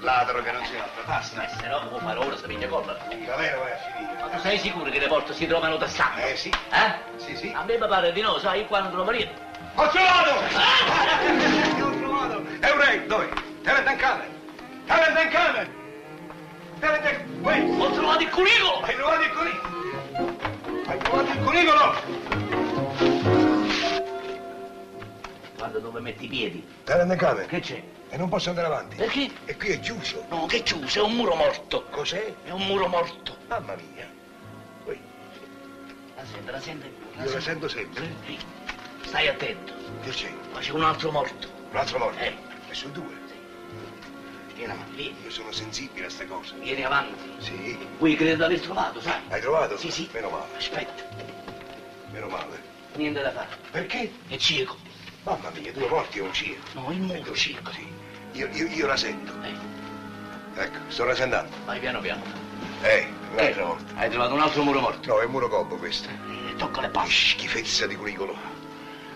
Ladro che non si altro, basta. Eh, se no, come fare ora, si piglia colla. In galera vai a finire. Ma tu sei sicuro che le porte si trovano tassato? Eh sì, Eh? sì sì. A me mi pare di no, sai, qua non trovo niente. Ho trovato! Ho trovato! È un re, dove? Terence Cannon! Terence Cannon! Terence... Wait! Ho trovato il cunicolo! Hai trovato il cunicolo? Hai trovato il cunicolo? Guarda dove metti i piedi. Terence Cannon! Che c'è? E non posso andare avanti. Perché? E qui è chiuso. No, che chiuso, è un muro morto. Cos'è? È un muro morto. Mamma mia. Ui, La sente, la sente. Io la sento sempre. Sì. Stai attento, Che c'è? ma c'è un altro morto. Un altro morto. Eh. E su due. Vieni avanti, vieni. Io sono sensibile a ste cose. Vieni avanti. Sì. Qui credo di aver trovato, sai? Hai trovato? Sì, sì. Meno male, Aspetta, meno male. niente da fare. Perché? È cieco. Mamma mia, due morti e un circo. No, il muro è cieco. Sì. Io, io- io la sento. Eh, Ecco, sto rasentando. vai piano piano. Eh, un'altra volta. Hai trovato un altro muro morto. No, è un muro gobbo questo. Eh, tocca le palle. Schifezza di cunicolo.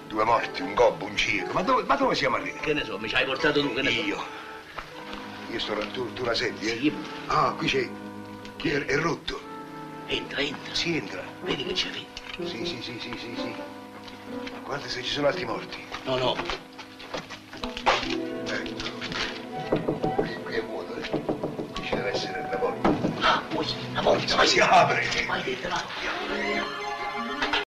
Due morti, un gobbo, un circo. Ma dove, ma dove siamo arrivati? Che ne so, mi ci hai portato tu, che ne so. Io. Io sto. Tu, tu la senti, eh? Sì. Ah, qui c'è. Qui è, è rotto. Entra, entra. Si entra. Vedi che c'è lì. Sì, sì, sì, sì, sì, sì. Ma guarda se ci sono altri morti. No, no. Ecco. Qui, qui è vuoto, eh. Qui ci deve essere la porta. Tá então Ah, poi la porta. Ma si apre! Vai dentro, là.